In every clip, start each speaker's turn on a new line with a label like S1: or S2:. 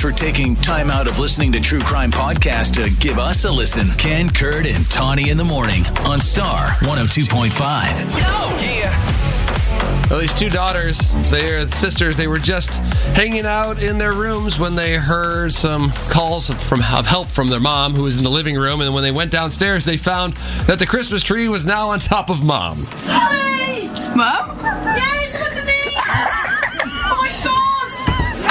S1: for taking time out of listening to True Crime Podcast to give us a listen. Ken, Kurt, and Tawny in the morning on Star 102.5.
S2: Well, these two daughters, they are sisters. They were just hanging out in their rooms when they heard some calls from of help from their mom, who was in the living room. And when they went downstairs, they found that the Christmas tree was now on top of mom.
S3: Mom? Yes, look at me! oh my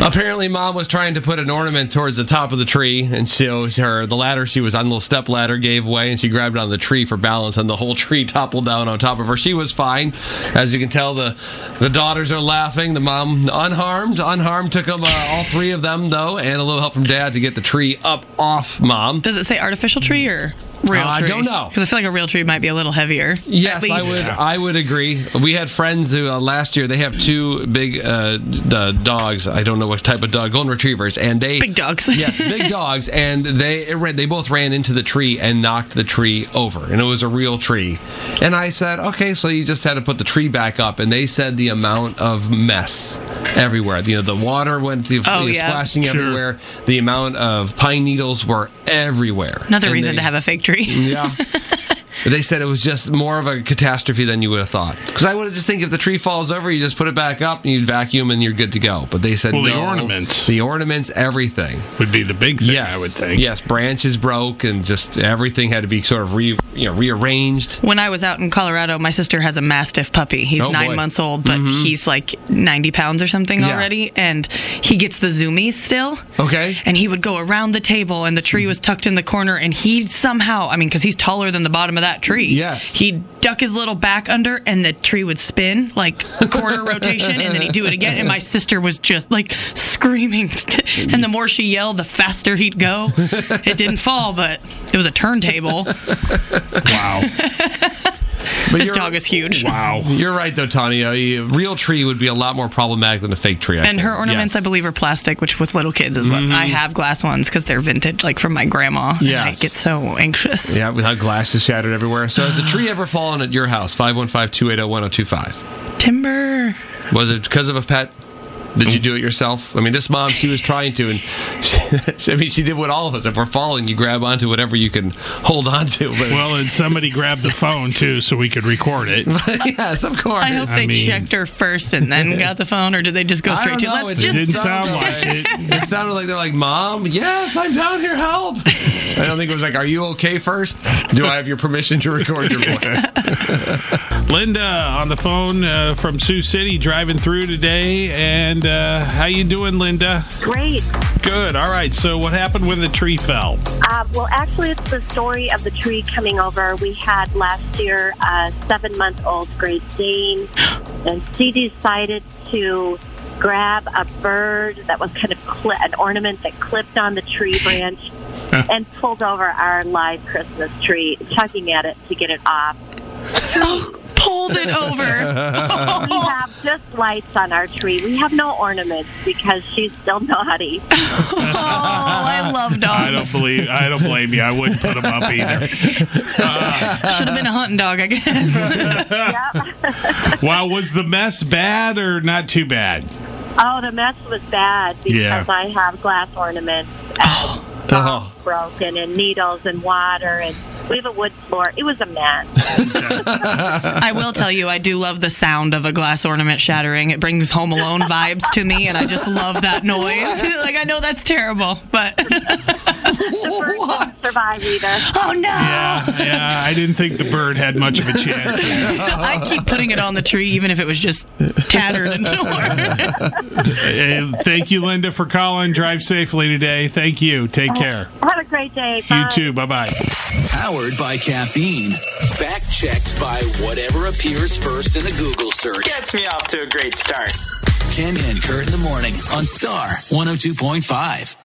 S2: Apparently, mom was trying to put an ornament towards the top of the tree, and so her the ladder she was on, the little step ladder, gave way, and she grabbed on the tree for balance, and the whole tree toppled down on top of her. She was fine, as you can tell. the The daughters are laughing. The mom, unharmed, unharmed, took them uh, all three of them though, and a little help from dad to get the tree up off mom.
S4: Does it say artificial tree or real
S2: Uh, I
S4: tree?
S2: don't know.
S4: Because I feel like a real tree might be a little heavier.
S2: Yes,
S4: At
S2: I
S4: least.
S2: would. I would agree. We had friends who uh, last year they have two big uh, d- uh, dogs. I don't know what type of dog, golden retrievers, and they
S4: Big dogs.
S2: yes, big dogs, and they it ran- they both ran into the tree and knocked the tree over, and it was a real tree. And I said, okay, so you just had to put the tree back up, and they said the amount of mess everywhere. You know, the water went to,
S4: Oh,
S2: you know,
S4: yeah.
S2: splashing everywhere. The amount of pine needles were everywhere.
S4: Another
S2: And
S4: reason
S2: they-
S4: to have a fake tree.
S2: yeah. They said it was just more of a catastrophe than you would have thought. Because I would have just think if the tree falls over, you just put it back up and you vacuum and you're good to go. But they said
S5: Well, the
S2: no.
S5: ornaments.
S2: the ornaments, everything.
S5: would be the big thing,
S2: yes,
S5: I would think.
S2: yes, branches broke and just everything had to be sort of re, you know, rearranged.
S4: When I was out in Colorado, my sister has a mastiff puppy. He's
S2: Oh,
S4: nine
S2: boy. Mm-hmm.
S4: months old, but he's like 90 pounds or something
S2: Yeah.
S4: already. And he gets the zoomies still.
S2: Okay. Mm-hmm.
S4: And he would go around the table, and the tree was tucked in the corner. And he somehow, I mean, because he's taller than the bottom of that tree.
S2: Yes.
S4: He'd duck his little back under, and the tree would spin like a quarter rotation, and then he'd do it again. And my sister was just like screaming. and the more she yelled, the faster he'd go. It didn't fall, but it was a turntable.
S5: Wow.
S2: But
S4: this
S2: you're,
S4: dog is huge.
S5: wow.
S2: You're right, though, Tanya. A real tree would be a lot more problematic than a fake tree. I
S4: And her
S2: think.
S4: ornaments,
S2: Yes.
S4: I believe, are plastic, which with little kids is what I have glass ones because they're vintage, like from my grandma. Yeah, I
S2: Yes.
S4: get so anxious.
S2: Yeah, without glasses shattered everywhere. So has the tree ever fallen at your house? 515 280 1025.
S4: Timber.
S2: Was it because of a pet? Did you do it yourself? I mean, this mom, she was trying to, and she, I mean, she did what all of us. If we're falling, you grab onto whatever you can hold onto. But
S5: Well, and somebody grabbed the phone too, so we could record it.
S2: yes, of course.
S4: I hope
S5: I
S4: they
S5: mean-
S4: checked her first and then got the phone, or did they just go
S2: I
S4: straight
S2: don't
S4: to
S2: know,
S4: let's
S2: it
S4: just
S5: Didn't
S2: Sound
S5: sound
S2: like
S5: like it.
S2: It sounded like they're like, "Mom, yes, I'm down here. Help!" I don't think it was like, "Are you okay?" First, do I have your permission to record your voice?
S5: Linda on the phone uh, from Sioux City, driving through today. And uh, how you doing, Linda?
S6: Great.
S5: Good. All right. So, what happened when the tree fell?
S6: Uh, well, actually, it's the story of the tree coming over. We had last year a seven month old Great Dane, and she decided to grab a bird that was kind of cli an ornament that clipped on the tree branch and pulled over our live Christmas tree, tugging at it to get it off.
S4: oh, pulled it over?
S6: We have just lights on our tree. We have no ornaments because she's still naughty.
S4: Oh, I love
S5: I don't
S4: dogs.
S5: believe. I don't blame you. I wouldn't put them up either.
S4: Should have been a hunting dog, I guess.
S5: Wow. Was the mess bad or not too bad?
S6: Oh, the mess was bad because
S5: Yeah. Uh-huh.
S6: I have glass ornaments and
S2: Oh.
S6: broken and needles and water and we have a wood floor. It was a mess.
S4: I will tell you, I do love the sound of a glass ornament shattering. It brings Home Alone vibes to me, and I just love that noise. like I know that's terrible, but
S6: The bird
S2: What?
S6: didn't survive either.
S4: oh no.
S5: Yeah. Yeah. I didn't think the bird had much of a chance.
S4: I keep putting it on the tree, even if it was just tattered and torn.
S5: Uh, thank you, Linda, for calling. Drive safely today. Thank you. Take care.
S6: Have a great day.
S5: You
S6: Bye.
S5: too. Bye bye.
S1: Powered by caffeine. Fact checked by whatever appears first in a Google search.
S7: Gets me off to a great start.
S1: oh Ken and Kurt in the morning on Star 102.5.